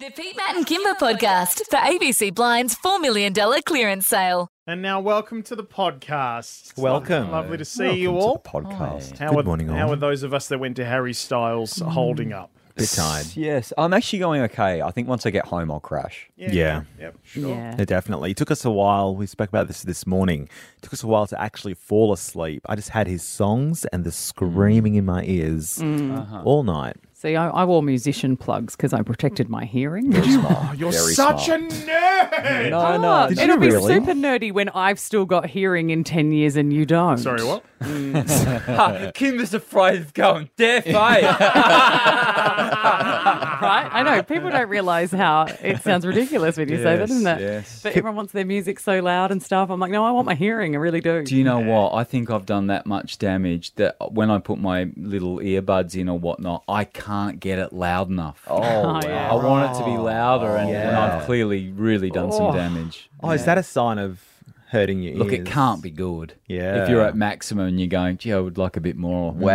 The Pete, Matt, and Kimber podcast, the ABC Blinds $4 million clearance sale. And now, welcome to the podcast. Welcome. Lovely to see you all. podcast. How are, How are those of us that went to Harry Styles holding up? Bit tired. Yes, I'm actually going okay. I think once I get home, I'll crash. Yeah. Yep. Sure. Yeah, definitely. It took us a while. We spoke about this this morning. It took us a while to actually fall asleep. I just had his songs and the screaming in my ears Uh-huh. all night. Mm. See, I, I wore musician plugs because I protected my hearing. Oh, you're Very such smart. a nerd. No, Ah, no, it'll be really? super nerdy when I've still got hearing in 10 years and you don't. Mm. Sorry, what? Kim is afraid of going deaf. Eh? right? I know. People don't realise how it sounds ridiculous when you say that, Yes, doesn't it? yes. But everyone wants their music so loud and stuff. I'm like, no, I want my hearing. I really do. Do you know what? I think I've done that much damage that when I put my little earbuds in or whatnot, I can't get it loud enough. oh, yeah. I want it to be louder, and, and yeah. I've clearly really done some damage. Oh, is that a sign of hurting your ears? Look, it can't be good. Yeah. If you're at maximum and you're going, gee, I would like a bit more. Mm, wow,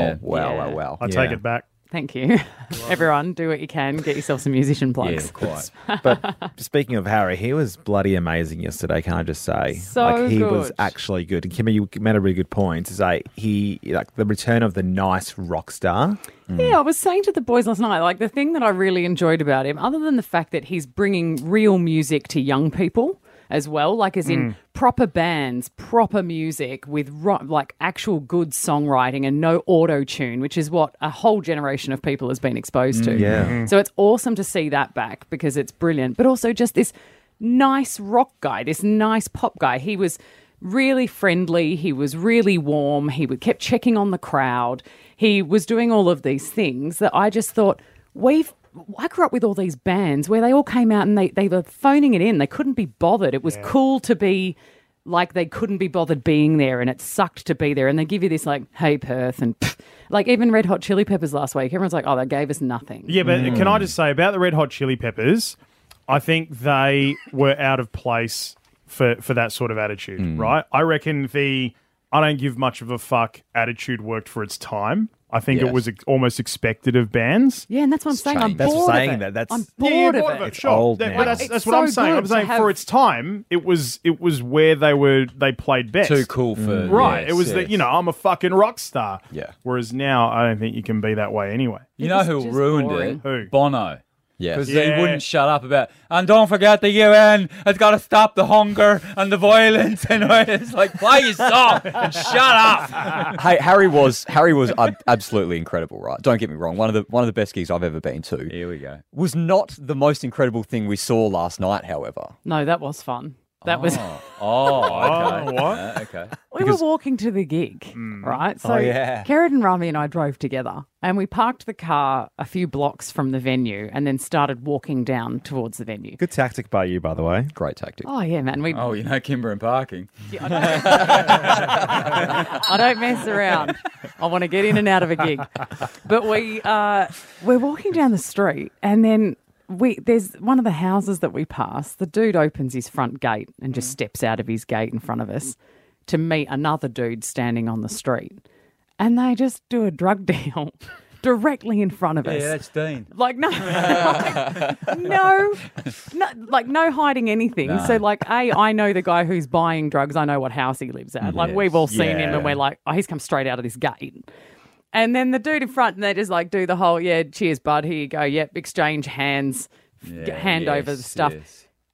Yeah. wow, Mm, Yeah. wow, wow, I Yeah. take it back. Thank you. everyone, do what you can. Get yourself some musician Yeah, plugs. quite. But speaking of Harry, he was bloody amazing yesterday. Can I just say, So like he was good. actually good. And Kimmy, you made a really good point. Is like he like the return of the nice rock star. Yeah, I was saying to the boys last night, like the thing that I really enjoyed about him, other than the fact that he's bringing real music to young people as well, like as in proper bands, proper music with ro- like actual good songwriting and no auto tune, which is what a whole generation of people has been exposed to. yeah. So it's awesome to see that back because it's brilliant, but also just this nice rock guy, this nice pop guy. He was really friendly, he was really warm, he would kept checking on the crowd. He was doing all of these things that I just thought we've I grew up with all these bands where they all came out and they they were phoning it in. They couldn't be bothered. It was cool to be like they couldn't be bothered being there and it sucked to be there and they give you this like hey perth and pff. like even red hot chili peppers last week everyone's like oh they gave us nothing Yeah, but Hmm. can I just say about the Red Hot Chili Peppers? I think they were out of place for for that sort of attitude, right? I reckon the I don't give much of a fuck attitude worked for its time. I think it Yes. was ex- almost expected of bands. Yeah, and that's what I'm saying. I'm changed. That's what bored saying of it. that- that's- I'm Yeah, bored, yeah, of, bored it. Sure. old That- now. but that's, It's that's what so I'm saying. good I'm to saying have- for its time, it was it was where they were they played best. Mm. Too cool Mm. for. Right. yes, it was yes. that you know I'm a fucking rock star. Yeah. Whereas now I don't think you can be that way anyway. You It know was who just ruined boring. it? Who? Bono. Yeah. Because Yeah. he wouldn't shut up about, and don't forget the UN has got to stop the hunger and the violence. And it's like, play your song and shut up. Ah. Hey, Harry was Harry was ab- absolutely incredible, right? Don't get me wrong. One of the one of the best gigs I've ever been to. Here we go. Was not the most incredible thing we saw last night, however. No, that was fun. That was. Oh, Oh, okay. what? Hmm. Uh, okay. We were walking to the gig, right? So, Oh, yeah. Kerrod and Rami and I drove together, and we parked the car a few blocks from the venue, and then started walking down towards the venue. Good tactic by you, by the way. Great tactic. Oh yeah, man, we. Oh, you know Kimber and parking. I don't mess around. I want to get in and out of a gig. But we uh, we're walking down the street, and then we there's one of the houses that we pass. The dude opens his front gate and just steps out of his gate in front of us to meet another dude standing on the street, and they just do a drug deal directly in front of us. Dean. Like no, like, no, no, like no hiding anything. So like, a I know the guy who's buying drugs. I know what house he lives at. Like we've all seen him, and we're like, oh, he's come straight out of this gate. And then the dude in front, and they just like do the whole, yeah, cheers, bud. Here you go. Yep, exchange hands, f- hand over the stuff.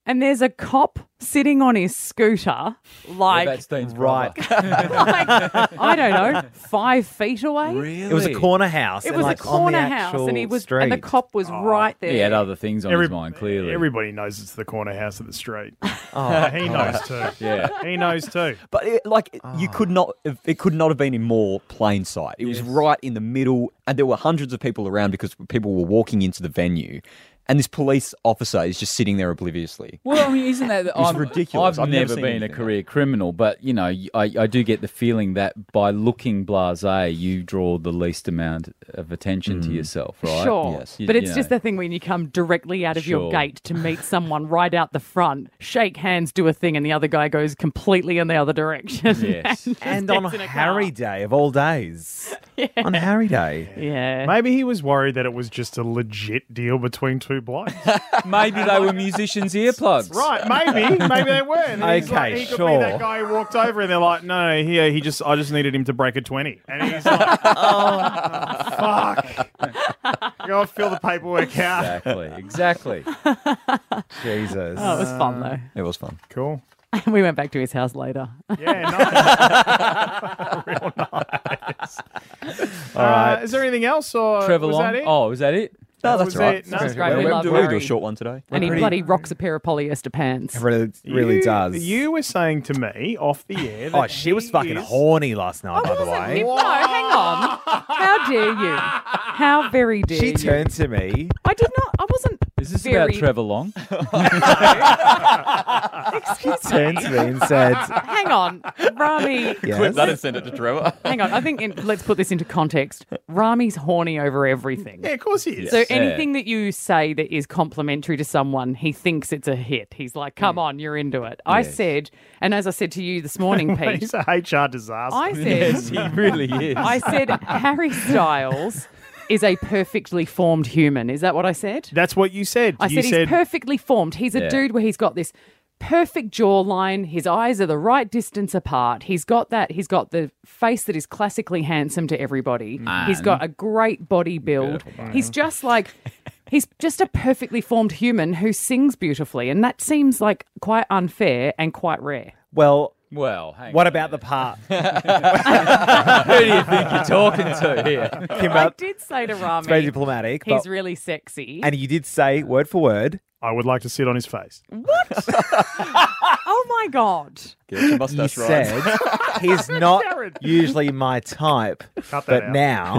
And there's a cop sitting on his scooter, like, that's Dean's Right. like, I don't know, five feet away. Really? It was a corner house. It and, was like, a on the corner house, and he actual was, street. and the cop was right there. He had Oh. other things on Every- his mind, clearly. Everybody knows it's the corner house at the street. Oh, he knows too. yeah. He knows too. But it, like you could not, it could not have been in more plain sight. It was right in the middle, and there were hundreds of people around because people were walking into the venue, and this police officer is just sitting there obliviously. Well, I mean, isn't that was I'm- ridiculous. I've, I've never never, seen been a anything like career criminal, but you know, y- I, I do get the feeling that by looking blasé, you draw the least amount of attention to yourself, right? Sure. Yes. You- But you it's just know. the thing when you come directly out of your Sure. gate to meet someone right out the front, shake hands, do a thing, and the other guy goes completely in the other direction. Yes. just and on gets in a car. Harry Day of all days, on Harry Day. Yeah. Maybe he was worried that it was just a legit deal between two blokes. Maybe they were musicians' earplugs. right? Maybe, maybe they were. And then he's Okay, like, he could be sure. that guy who walked over, and they're like, "No, no, here he just, I just needed him to break a 20. And he's like, "Oh, fuck, go fill the paperwork out." Exactly. Exactly. Exactly. Jesus. Oh, it was fun though. It was fun. Cool. we went back to his house later. Yeah, nice. Real nice. All right. is there anything else, or Trevor was Long. that it? Oh, was that it? No, That that's was right. it. No, That's great. great. We We'll love do- we'll do a Rory. short one today. and he pretty- bloody rocks a pair of polyester pants. It really, really You- does. You were saying to me off the air. That oh, she was fucking is- horny last night, by the way. No, hang on. How dare you? How very dare She you? turned to me. I did not. I wasn't. Is this very, about Trevor Long? Excuse me. Turned to me and said, Hang on, Rami. yes. That is send it to Trevor. Hang on. I think in, let's put this into context. Rami's horny over everything. Yeah, of course he is. So anything that you say that is complimentary to someone, he thinks it's a hit. He's like, "Come Mm. on, you're into it." I said, and as I said to you this morning, Pete, he's a HR disaster. I said, he really is. I said Harry Styles is a perfectly formed human. Is that what I said? That's what you said. I you said, he's perfectly formed. He's a Yeah. dude where he's got this perfect jawline. His eyes are the right distance apart. He's got that. He's got the face that is classically handsome to everybody. He's got a great body build. He's just like. He's just a perfectly formed human who sings beautifully, and that seems like quite unfair and quite rare. well, well, hang what on. about the part? Who do you think you're talking to here? Kim, I it's did say to very Rami, diplomatic. he's But, really sexy. and you did say word for word. I would like to sit on his face. oh my god! Get your You mustache right. said he's not Jared. usually my type, Cut that but out. now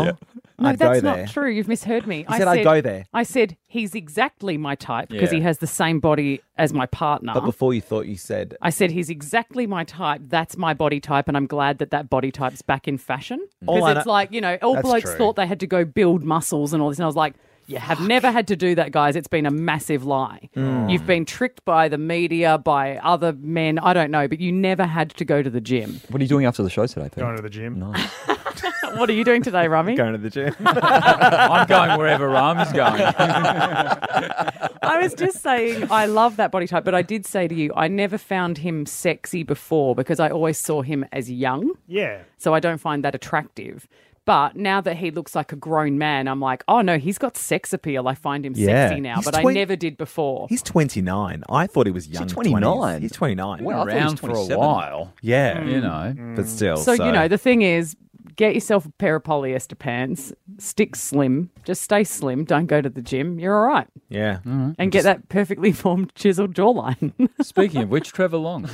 No, I'd that's go there. not true. You've misheard me. said I'd go there. I said he's exactly my type because Yeah. he has the same body as my partner. But before you thought you said I said he's exactly my type. That's my body type, and I'm glad that that body type's back in fashion. Mm. All I Because it's know- like you know, all That's blokes true. thought they had to go build muscles and all this, and I was like. You have never had to do that, guys. It's been a massive lie. Mm. You've been tricked by the media, by other men. I don't know, but you never had to go to the gym. What are you doing after the show today, Pete? Going to the gym. What are you doing today, Rami? going to the gym. I'm going wherever Rami's going. I was just saying, I love that body type, but I did say to you, I never found him sexy before because I always saw him as young. Yeah. So I don't find that attractive. But now that he looks like a grown man, I'm like, oh no, he's got sex appeal. I find him Yeah. sexy now, He's but I twen- never did before. He's 29. I thought he was young. 29? 20s. He's 29. Wow. I thought he was Around for a 27. while, Yeah. Mm. you know. But still. So, you know, the thing is, get yourself a pair of polyester pants, stick slim, just stay slim, don't go to the gym. You're all right. Yeah. And get that perfectly formed chiseled jawline. Speaking of which, Trevor Long.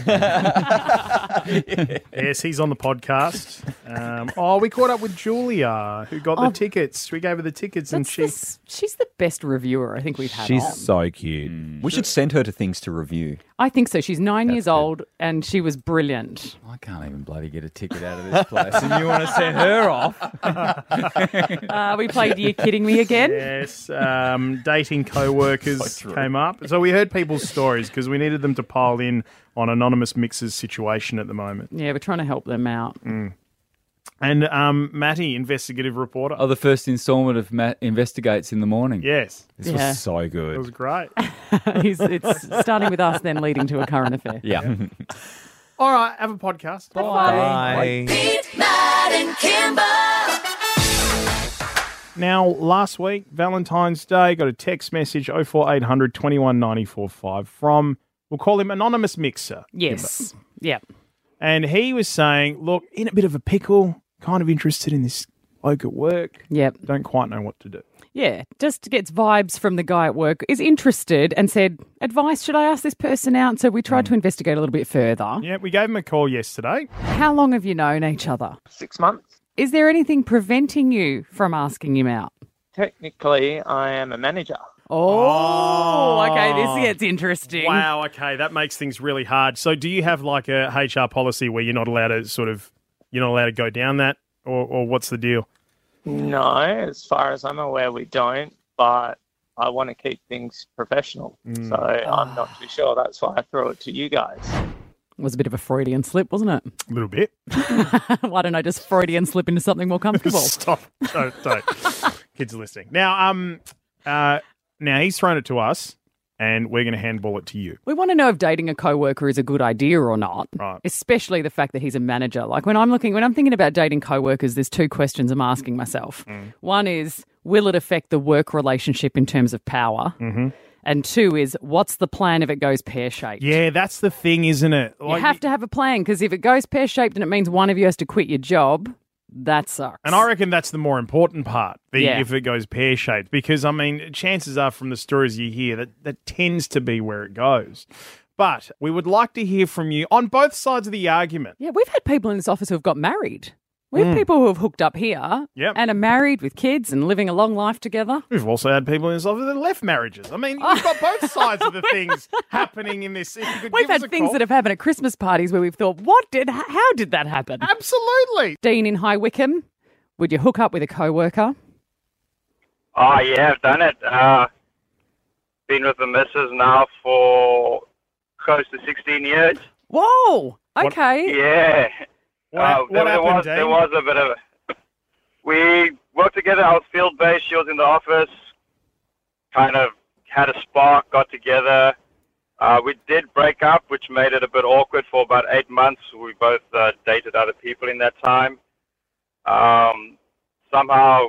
Yes, he's on the podcast. Um, oh, we caught up with Julia, who got the tickets. We gave her the tickets, and Oh. That's she. the s- she's the best reviewer I think we've had. She's on. so cute. Mm. We should send her to things to review. I think so. She's nine years old and she was brilliant. I can't even bloody get a ticket out of this place, and you want to send her off? Uh, we played You're Kidding Me Again. Yes, um, dating co-workers came up. So we heard people's stories because we needed them to pile in on anonymous mixers situation at the moment. Mm. Yeah, we're trying to help them out. And um, Matty, investigative reporter. Oh, the first instalment of Matt Investigates in the Morning. yes, it This Yeah. was so good. was great. He's, it's starting with us, then leading to a current affair. Yeah. All right, have a podcast. Bye. Pete, Matt, and Kimber. Now, last week, Valentine's Day, got a text message 04800 21 945 from, we'll call him Anonymous Mixer. Yes. Yeah. And he was saying, look, in a bit of a pickle, kind of interested in this bloke at work. Yep. Don't quite know what to do. Yeah. Just gets vibes from the guy at work, is interested and said, Advice, should I ask this person out? So we tried to Hmm. investigate a little bit further. Yeah, we gave him a call yesterday. How long have you known each other? six months. Is there anything preventing you from asking him out? Technically, I am a manager. Oh, okay. This gets interesting. Ah. Wow, okay, that makes things really hard. So do you have like a HR policy where you're not allowed to sort of, you're not allowed to go down that? Or, or what's the deal? No, as far as I'm aware, we don't, but I want to Mm. keep things professional. So I'm not too sure. That's why I throw it to you guys. was a bit of a Freudian slip, wasn't A little bit. it? Why don't I just Freudian slip into something more comfortable? Stop. Don't, don't. Kids are listening. Now, um, uh, now he's thrown it to us, and we're going to handball it to you. We want to know if dating a coworker is a good idea or not, Right. especially the fact that he's a manager. Like when I'm looking, when I'm thinking about dating coworkers, there's two questions I'm asking myself. Mm. One is, will it affect the work relationship in terms of power? Mm-hmm. And two is, what's the plan if it goes pear shaped? Yeah, that's the thing, isn't it? You have to have a plan because if it goes pear shaped and it means one of you has to quit your job, that sucks. And I reckon that's the more important part, the, Yeah. if it goes pear shaped, because I mean, chances are from the stories you hear that that tends to be where it goes. But we would like to hear from you on both sides of the argument. yeah, we've had people in this office who have got married. We have people who have hooked up here mm. Yep. and are married with kids and living a long life together. We've also had people in this office that left marriages. I mean, we've got both sides of the things happening in this. If you could We've give us had a things call- that have happened at Christmas parties where we've thought, what did, h- how did that happen? Absolutely. Dean in High Wycombe, would you hook up with a coworker? Oh yeah, I've done it. Uh, been with the missus now for close to sixteen years. Whoa, okay. Yeah. What, Uh, what happened, was, Dean? There was a bit of. a- We worked together. I was field based. She was in the office. Kind of had a spark. Got together. Uh, we did break up, which made it a bit awkward for about eight months. We both uh, dated other people in that time. Um, somehow,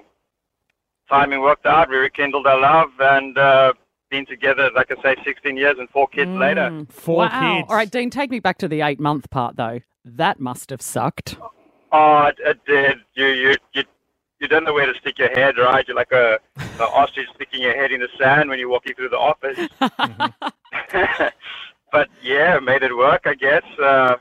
timing worked out. We rekindled our love and uh, been together, like I say, 16 years and four kids later. Four Mm. wow. kids. All right, Dean, take me back to the eight month part, though. That must have sucked. Oh, it, it did. You, you, you, you don't know where to stick your head, right? You're like a, a ostrich sticking your head in the sand when you're walking through the office. but yeah, made it work, I guess. Uh,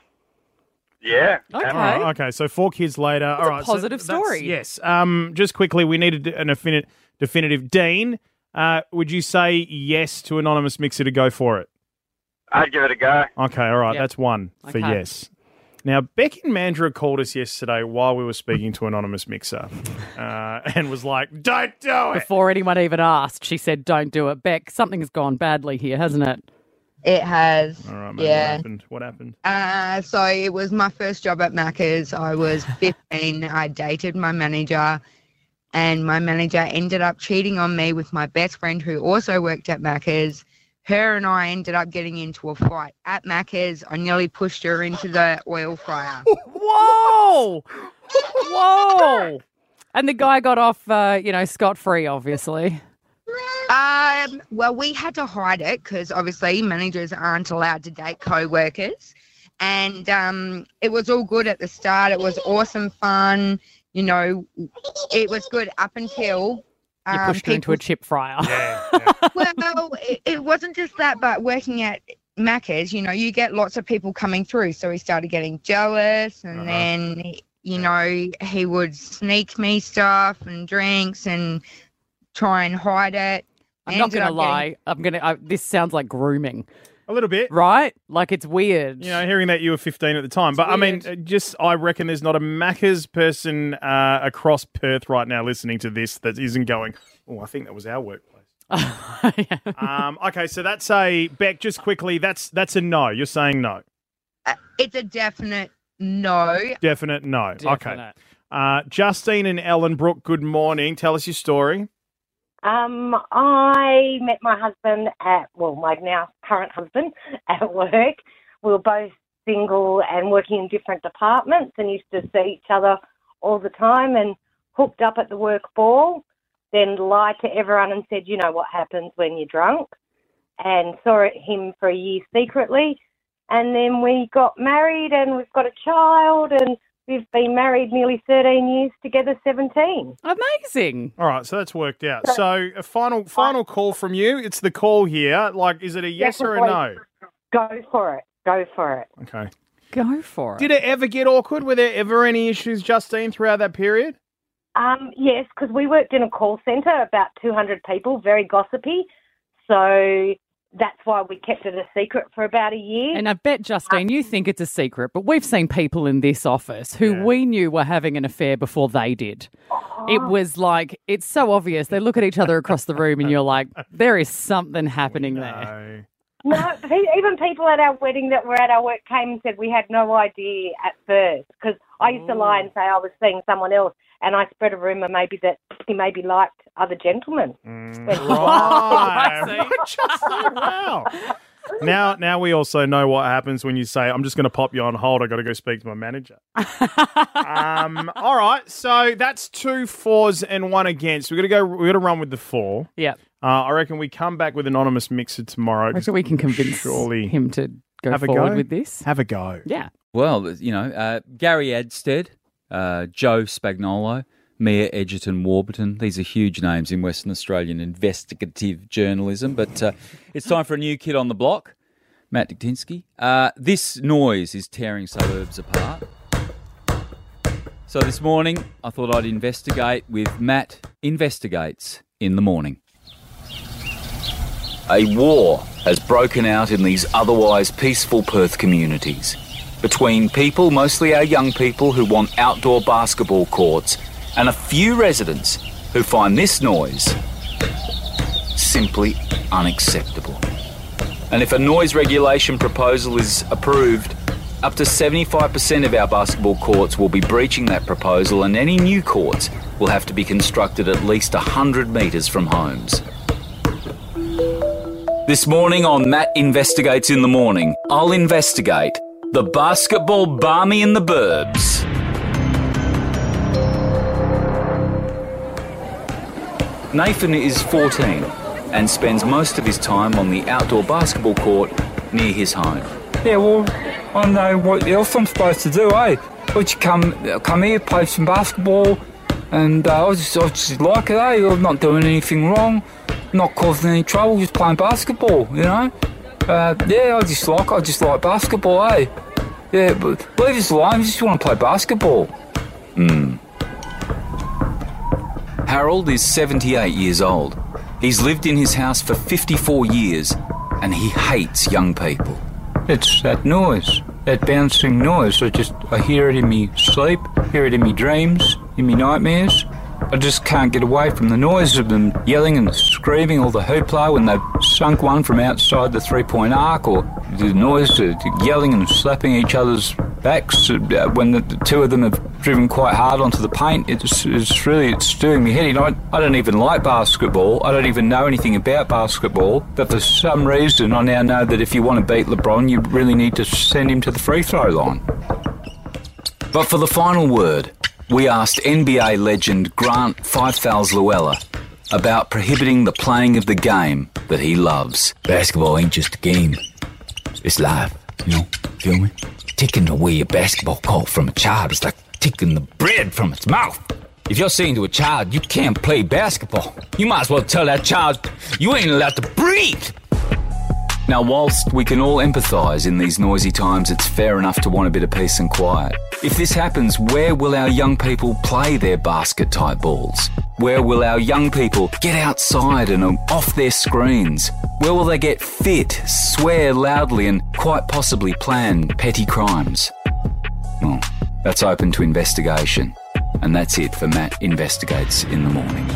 yeah. Okay. And- All right, okay, so four kids later. All a right, positive so that's- story. Yes. Um, just quickly, we needed an affini- definitive. Dean, uh, would you say yes to anonymous mixer to go for it? I'd give it a go. Okay, all right, Yep. that's one Okay. for yes. Now, Beck and Mandra called us yesterday while we were speaking to anonymous mixer, uh, and was like, "Don't do it." Before anyone even asked, she said, don't do it. Beck, something has gone badly here, hasn't it? It has. All right, mate, what yeah. happened? What happened? Uh, so it was my first job at Macca's. I was 15. I dated my manager, and my manager ended up cheating on me with my best friend who also worked at Macca's. Her and I ended up getting into a fight at Macca's. I nearly pushed her into the oil fryer. Whoa! Whoa! And the guy got off, uh, you know, scot free, obviously. Um, well, we had to hide it because obviously managers aren't allowed to date co-workers. And um, it was all good at the start. It was awesome fun. You know, it was good up until You um, pushed her into a chip fryer. well, it, it wasn't just that, but working at Macca's, you know, you get lots of people coming through. So he started getting jealous, and Uh-huh. then you know he would sneak me stuff and drinks and try and hide it. I'm not Ended going to up getting- lie. I'm going to. I This sounds like grooming, A little bit. right? Like it's weird. You know, hearing that you were 15 at the time, but I mean, uh, just I reckon there's not a Macca's person uh, across Perth right now listening to this that isn't going, "Oh, I think that was our workplace." Yeah. um, okay, so that's a Beck. Just quickly, that's that's a no. You're saying no, Uh, It's a definite no. definite no. Okay, Definite. uh, Justine and Ellen Brooke. Good morning. Tell us your story. Um, I met my husband at, well, my now current husband at work. We were both single and working in different departments and used to see each other all the time and hooked up at the work ball, then lied to everyone and said, you know what happens when you're drunk, and saw it, him for a year secretly. And then we got married and we've got a child and we've been married nearly 13 years together, 17. Amazing. All right, so that's worked out. So a final final call from you. It's the call here. Like, is it a yes or a no? Go for it. Go for it. Okay. Go for it. Did it ever get awkward? Were there ever any issues, Justine, throughout that period? Um, yes, because we worked in a call centre, about 200 people, very gossipy. So that's why we kept it a secret for about a year. And I bet, Justine, you think it's a secret, but we've seen people in this office who we knew were having an affair before they did. It Oh, was like, it's so obvious. They look at each other across the room and you're like, there is something happening there. No, pe- even people at our wedding that were at our work came and said we had no idea at first because I used to Oh. lie and say I was seeing someone else, and I spread a rumor maybe that he maybe liked other gentlemen. Right. wow. Now, now we also know what happens when you say, "I'm just going to pop you on hold. I got to go speak to my manager." um, all right, so that's two fours and one against. We're gonna go. We're gonna run with the four. Yeah. Uh, I reckon we come back with anonymous mixer tomorrow. Reckon we can convince surely him to go Have a forward go? with this. Have a go. Yeah. Well, there's- you know, uh, Gary Adstead, uh, Joe Spagnolo, Mia Edgerton Warburton. These are huge names in Western Australian investigative journalism. But uh, it's time for a new kid on the block, Matt Diktinsky. Uh, this noise is tearing suburbs apart. So this morning, I thought I'd investigate with Matt Investigates in the Morning. A war has broken out in these otherwise peaceful Perth communities. Between people, mostly our young people, who want outdoor basketball courts, and a few residents who find this noise simply unacceptable. And if a noise regulation proposal is approved, up to 75% of our basketball courts will be breaching that proposal, and any new courts will have to be constructed at least 100 metres from homes. This morning on Matt Investigates in the Morning, I'll investigate the basketball barmy in the burbs. Nathan is 14 and spends most of his time on the outdoor basketball court near his home. Yeah, well, I don't know what else I'm supposed to do, eh? Would you come come here, play some basketball, and uh, I just I just like it, eh? I'm not doing anything wrong, not causing any trouble, just playing basketball, you know? Uh, yeah, I just like I just like basketball, eh? Yeah, but leave us alone. I just want to play basketball. Hmm. Harold is 78 years old. He's lived in his house for 54 years and he hates young people. It's that noise, that bouncing noise. I just I hear it in me sleep, hear it in me dreams, in me nightmares. I just can't get away from the noise of them yelling and screaming, all the hoopla when they've sunk one from outside the three-point arc, or the noise of yelling and slapping each other's backs uh, when the, the two of them have driven quite hard onto the paint. It's, it's really it's doing me head in. I, I don't even like basketball. I don't even know anything about basketball. But for some reason, I now know that if you want to beat LeBron, you really need to send him to the free throw line. But for the final word, we asked NBA legend Grant Fifals Luella about prohibiting the playing of the game that he loves. Basketball ain't just a game. It's life, you know? Feel me? Taking away a basketball court from a child is like taking the bread from its mouth. If you're saying to a child you can't play basketball, you might as well tell that child you ain't allowed to breathe. Now, whilst we can all empathise in these noisy times, it's fair enough to want a bit of peace and quiet. If this happens, where will our young people play their basket type balls? Where will our young people get outside and um, off their screens? Where will they get fit, swear loudly, and quite possibly plan petty crimes? Well, that's open to investigation. And that's it for Matt Investigates in the Morning.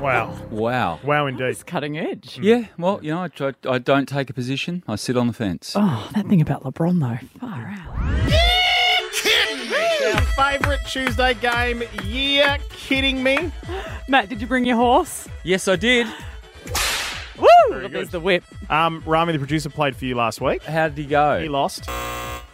Wow. Wow. Wow, indeed. It's cutting edge. Yeah, well, you know, I, try, I don't take a position. I sit on the fence. Oh, that thing about LeBron though. Far out. Our favourite Tuesday game. Yeah, kidding me. Matt, did you bring your horse? Yes, I did. Woo! There's the whip. Um, Rami, the producer, played for you last week. How did he go? He lost.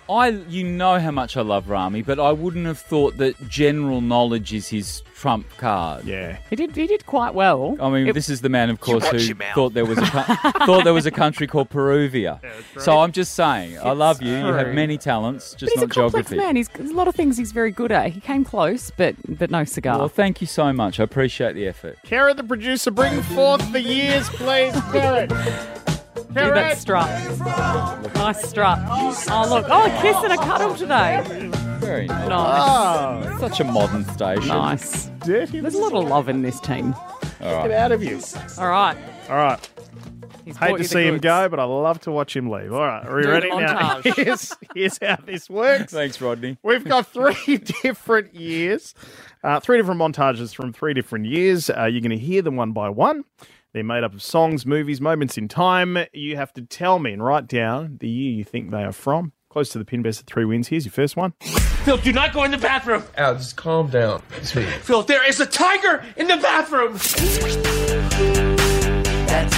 I, you know how much I love Rami, but I wouldn't have thought that general knowledge is his trump card. Yeah. He did. He did quite well. I mean, It- this is the man, of course, watch who your mouth. thought there was a co- thought there was a country called Peruvia. So I'm just saying, I love you. You have true. many talents, just But he's not a complex geography. man. He's there's a lot of things he's very good at. He came close, but but no cigar. Well, thank you so much. I appreciate the effort. Kara, the producer, bring forth the years, please, Karen. Do that strut. Nice strut. Oh look. Oh, a kiss and a cuddle today. Very nice. Ah, Nice. Oh, Such a modern station. Nice. Dirty There's a lot of love in this team. All Get right. out of you. All right. All right. He's Hate brought you to the see him goods. go, but I love to watch him leave. All right, are we Do the ready now? montage. Here's, here's how this works. Thanks, Rodney. We've got three different years, uh, three different montages from three different years. Uh, you're going to hear them one by one. They're made up of songs, movies, moments in time. You have to tell me and write down the year you think they are from. Close to the pin best of three wins. Here's your first one. Phil, do not go in the bathroom. Al, just calm down. Phil, there is a tiger in the bathroom. That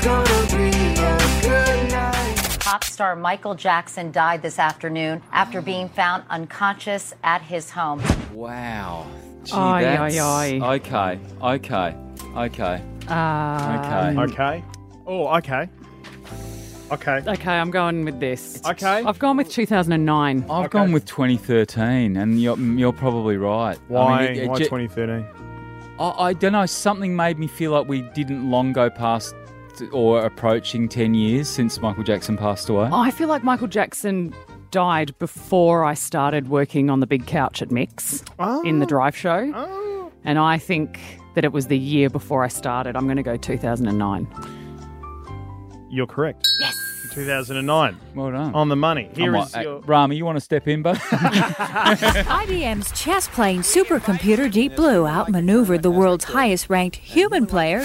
tonight's gonna be a good night. Pop star Michael Jackson died this afternoon after being found unconscious at his home. Wow. Gee, Aye, that's- aye, Okay, okay, okay. Um, okay. Oh, okay. Okay. Okay, I'm going with this. Okay. I've gone with 2009. I've gone with 2013, and you're, you're probably right. Why? I mean, it- it why ju- 2013? I, I don't know. Something made me feel like we didn't long go past or approaching 10 years since Michael Jackson passed away. Oh, I feel like Michael Jackson died before I started working on the big couch at Mix in Oh. the drive show. And I think that it was the year before I started. I'm going to go 2009. You're correct. Yes. 2009. Well done. On the money. I Here might- is your. Rami, you want to step in, bud? IBM's chess playing supercomputer Deep Blue outmaneuvered the world's highest ranked human player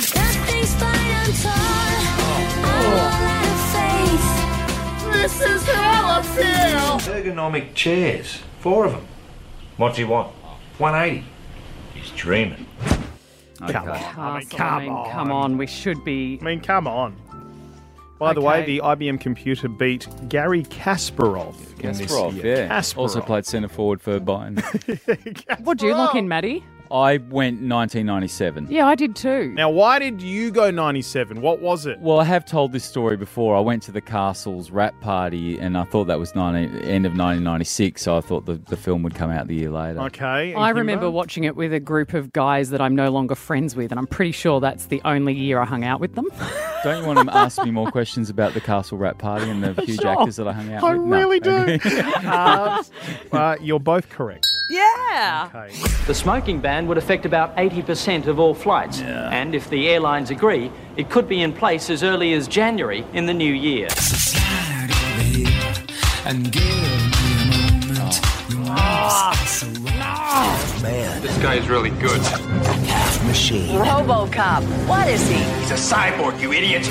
This is how I feel. Ergonomic chairs, four of them. What's he want? 180. He's dreaming. Come on. I mean, come on. Come on, we should be. I mean, come on. By the way, the IBM computer beat Gary Kasparov. in this Kasparov, year. yeah. Also played centre forward for Bayern. What do you lock in, Maddie? I went 1997. Yeah, I did too. Now, why did you go 97? What was it? Well, I have told this story before. I went to the castle's rap party, and I thought that was 19, end of 1996. So I thought the, the film would come out the year later. Okay. I remember watching it with a group of guys that I'm no longer friends with, and I'm pretty sure that's the only year I hung out with them. Don't you want to ask me more questions about the castle rap party and the huge Sure. actors that I hung out I with? really do. Uh, uh, you're both correct. Yeah. The smoking ban would affect about 80% of all flights. And if the airlines agree, it could be in place as early as January in the new year. And give me a moment. Ah, Man. This guy is really good. Half machine. Robocop. What is he? He's a cyborg, you idiot.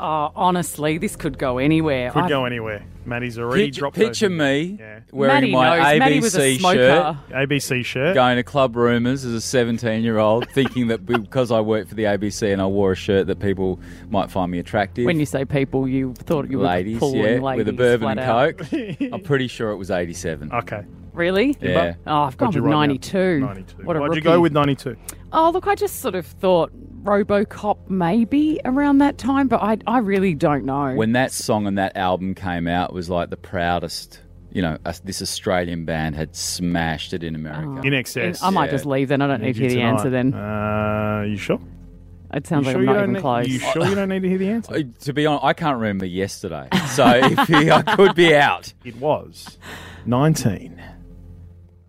Oh, honestly, this could go anywhere. Could I- go anywhere. Maddie's already Picture, dropped those picture in. me Yeah. wearing Maddie my knows. Maddie was a ABC shirt, smoker. ABC shirt, going to club rumours as a 17 year old, thinking that because I worked for the ABC and I wore a shirt that people might find me attractive. When you say people, you thought you were ladies, pulling yeah, ladies with a bourbon flat and out. coke. I'm pretty sure it was 87. Okay. Really? Yeah. Oh, I've gone What'd you with write down? 92. 92. What a Why'd you rookie. go with 92? Oh, look, I just sort of thought RoboCop maybe around that time, but I, I really don't know. When that song and that album came out, it was like the proudest. You know, us- this Australian band had smashed it in America. Oh. I might just leave then. I don't need to hear the answer then. Uh, you sure? It sounds like You I'm sure you not don't even need- close. you sure you don't need to hear the answer? Uh, To be honest, I can't remember yesterday, so if he, I could be out. It was 19.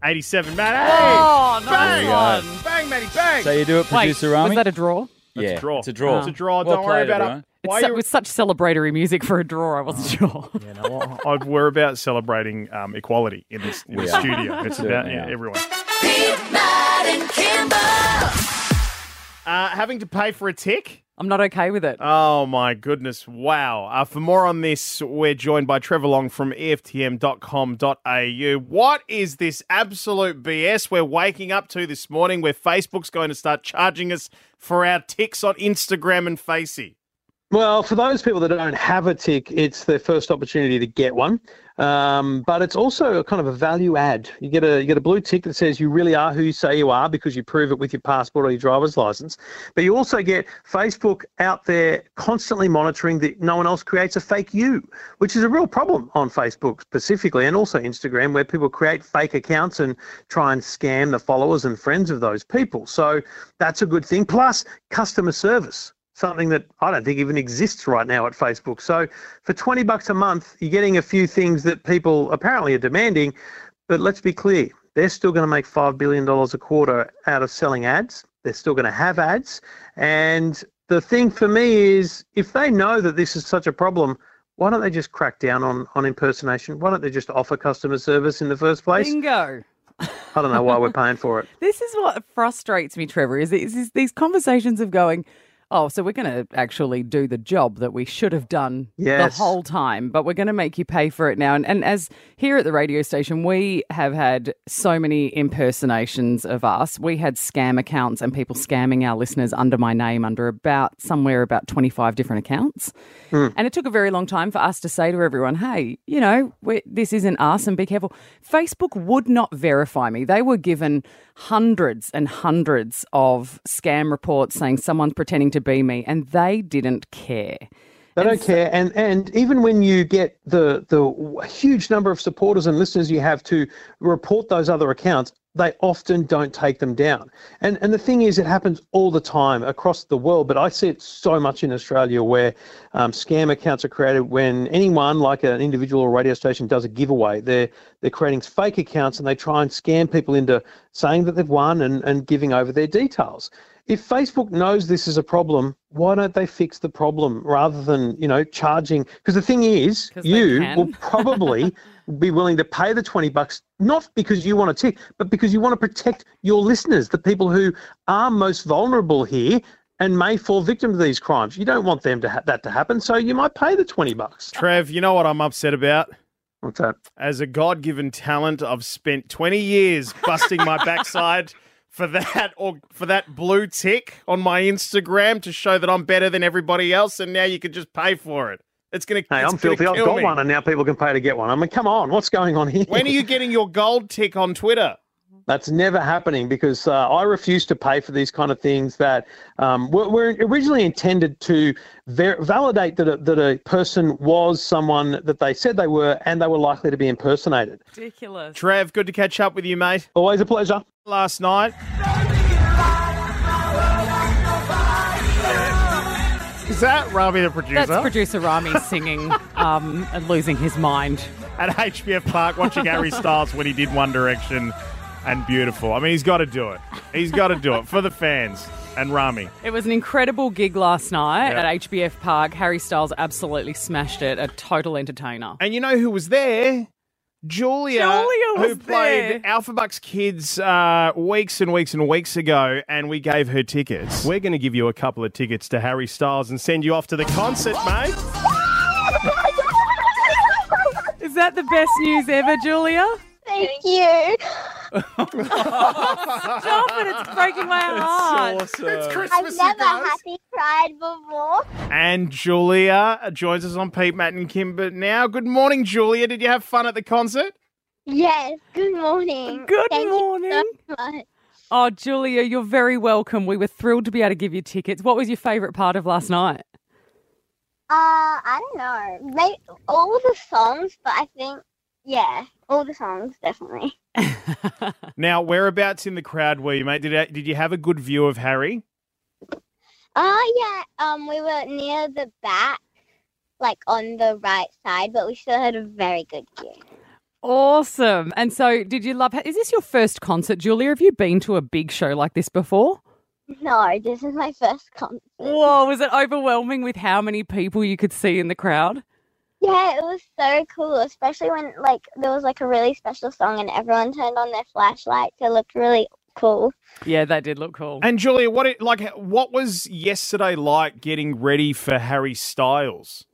87, Maddie. Oh, bang! nice one. Bang, Maddie, bang. So you do it, producer Rami? Was that a draw? yeah, It's a draw. It's a draw. It's a draw. Well Don't worry played, about everyone. it. Why It's su- you- with such celebratory music for a draw, I wasn't Oh. sure. I- we're about celebrating um, equality in this, in We this are. studio. It's Certainly about are. everyone. Uh, having to pay for a tick? I'm not okay with it. Oh my goodness. Wow. Uh, for more on this, we're joined by Trevor Long from E EFTM.com.au. What is this absolute BS we're waking up to this morning where Facebook's going to start charging us for our ticks on Instagram and Facey? Well, for those people that don't have a tick, it's their first opportunity to get one. Um, but it's also a kind of a value add. You get a you get a blue tick that says you really are who you say you are because you prove it with your passport or your driver's license. But you also get Facebook out there constantly monitoring that no one else creates a fake you, which is a real problem on Facebook specifically and also Instagram where people create fake accounts and try and scam the followers and friends of those people. So that's a good thing. Plus customer service something that I don't think even exists right now at Facebook. So for 20 bucks a month, you're getting a few things that people apparently are demanding, but let's be clear, they're still going to make 5 billion dollars a quarter out of selling ads. They're still going to have ads, and the thing for me is if they know that this is such a problem, why don't they just crack down on, on impersonation? Why don't they just offer customer service in the first place? Bingo. I don't know why we're paying for it. This is what frustrates me, Trevor. Is, is, is these conversations of going, Oh, so we're going to actually do the job that we should have done Yes. the whole time, but we're going to make you pay for it now. And, and as here at the radio station, we have had so many impersonations of us. We had scam accounts and people scamming our listeners under my name under about somewhere about 25 different accounts. Mm. And it took a very long time for us to say to everyone, hey, you know, we this isn't us and be careful. Facebook would not verify me. They were given hundreds and hundreds of scam reports saying someone's pretending to be me, and they didn't care. They don't care, and and even when you get the the huge number of supporters and listeners you have to report those other accounts, they often don't take them down. And and the thing is, it happens all the time across the world, but I see it so much in Australia where um, scam accounts are created when anyone, like an individual or radio station, does a giveaway. They're they're creating fake accounts and they try and scam people into saying that they've won and, and giving over their details if Facebook knows this is a problem, why don't they fix the problem rather than you know charging? Because the thing is, 'Cause they you can. will probably be willing to pay the twenty bucks not because you want a tick, but because you want to protect your listeners, the people who are most vulnerable here and may fall victim to these crimes. You don't want them to ha- that to happen, so you might pay the twenty bucks. Trev, you know what I'm upset about? What's that? As a God given talent, I've spent 20 years busting my backside for that or for that blue tick on my Instagram to show that I'm better than everybody else, and now you can just pay for it. It's gonna. Hey, it's I'm gonna filthy. I've kill got me. one, and now people can pay to get one. I mean, come on, what's going on here? When are you getting your gold tick on Twitter? That's never happening because uh, I refuse to pay for these kind of things that um, were, were originally intended to ver- validate that a, that a person was someone that they said they were and they were likely to be impersonated. Ridiculous. Trev, good to catch up with you, mate. Always a pleasure. Last night. Is that Rami the producer? That's producer Rami singing um, and losing his mind. At HBF Park, watching Harry Styles when he did One Direction and beautiful. I mean, he's got to do it. He's got to do it for the fans and Rami. It was an incredible gig last night Yeah. at HBF Park. Harry Styles absolutely smashed it. A total entertainer. And you know who was there? Julia, Julia who was played there. Alpha Bucks Kids uh, weeks and weeks and weeks ago, and we gave her tickets. We're going to give you a couple of tickets to Harry Styles and send you off to the concert, mate. Is that the best news ever, Julia? Thank you. Stop it, it's breaking my heart. It's I've never happy cried before. And Julia joins us on Pete, Matt, and Kimber now. Good morning, Julia. Did you have fun at the concert? Yes. Good morning. Good Thank morning. You so much. Oh, Julia, you're very welcome. We were thrilled to be able to give you tickets. What was your favourite part of last night? Uh, I don't know. Maybe all the songs, but I think yeah, all the songs definitely. Now, whereabouts in the crowd were you, mate? Did, uh, did you have a good view of Harry? Uh, yeah. Um, we were near the back, like on the right side, but we still had a very good view. Awesome. And so, did you love? Is this your first concert, Julia? Have you been to a big show like this before? No, this is my first concert. Whoa, was it overwhelming with how many people you could see in the crowd? Yeah, it was so cool, especially when like there was like a really special song and everyone turned on their flashlights. It looked really cool. Yeah, that did look cool. And Julia, what it, like what was yesterday like getting ready for Harry Styles?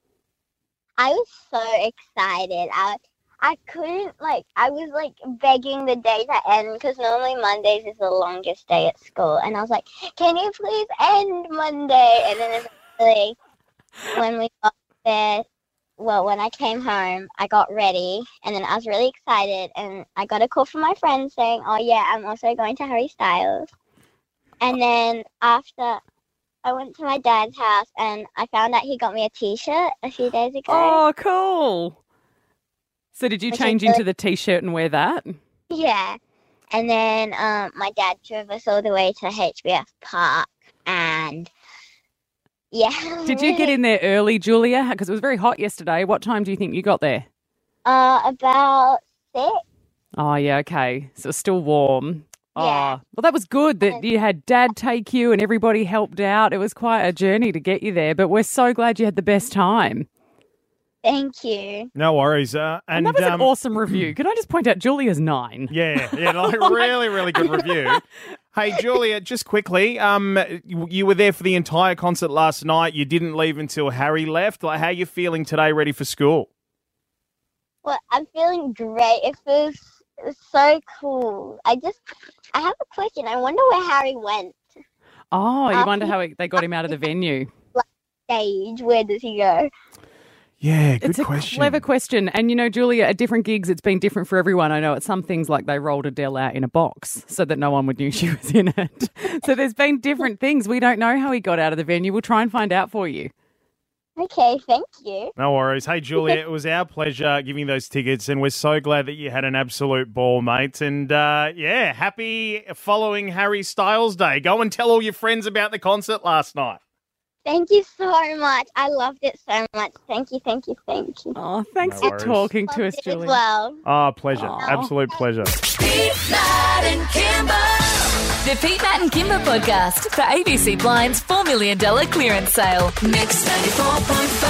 I was so excited. I I couldn't like I was like begging the day to end because normally Mondays is the longest day at school, and I was like, "Can you please end Monday?" And then eventually, when we got there, well, when I came home, I got ready, and then I was really excited, and I got a call from my friend saying, "Oh yeah, I'm also going to Harry Styles." And then after. I went to my dad's house and I found out he got me a t-shirt a few days ago. Oh, cool. So, did you Which is change really- into the t-shirt and wear that? Yeah. And then um, my dad drove us all the way to HBF Park. And yeah. Did you get in there early, Julia? Because it was very hot yesterday. What time do you think you got there? Uh, about six. Oh, yeah, okay. So it's still warm. Yeah. well, that was good that you had dad take you and everybody helped out. It was quite a journey to get you there, but we're so glad you had the best time. Thank you. No worries. Uh, And, and, that was um, an awesome review. Can I just point out Julia's nine? Yeah, yeah, like really, really good review. Hey, Julia, just quickly, um, you, you were there for the entire concert last night. You didn't leave until Harry left. Like, how you feeling today, ready for school? Well, I'm feeling great. It feels so cool. I just, I have a question. I wonder where Harry went. Oh, you wonder how it- they got him out of the venue. Stage. Where does he go? Yeah, good it's a question. Clever question. And you know, Julia, at different gigs, it's been different for everyone. I know at some things, like they rolled Adele out in a box so that no one would knew she was in it. so there's been different things. We don't know how he got out of the venue. We'll try and find out for you. Okay, thank you. No worries. Hey, Julia, it was our pleasure giving you those tickets, and we're so glad that you had an absolute ball, mate. And uh, yeah, happy following Harry Styles Day. Go and tell all your friends about the concert last night. Thank you so much. I loved it so much. Thank you, thank you, thank you. Oh, thanks No for worries. talking to us, As well. Ah, pleasure. Absolute pleasure. Matt and Kimber. The Pete, Matt and Kimber podcast for ABC Blind's $4 million clearance sale. Mix 94.4.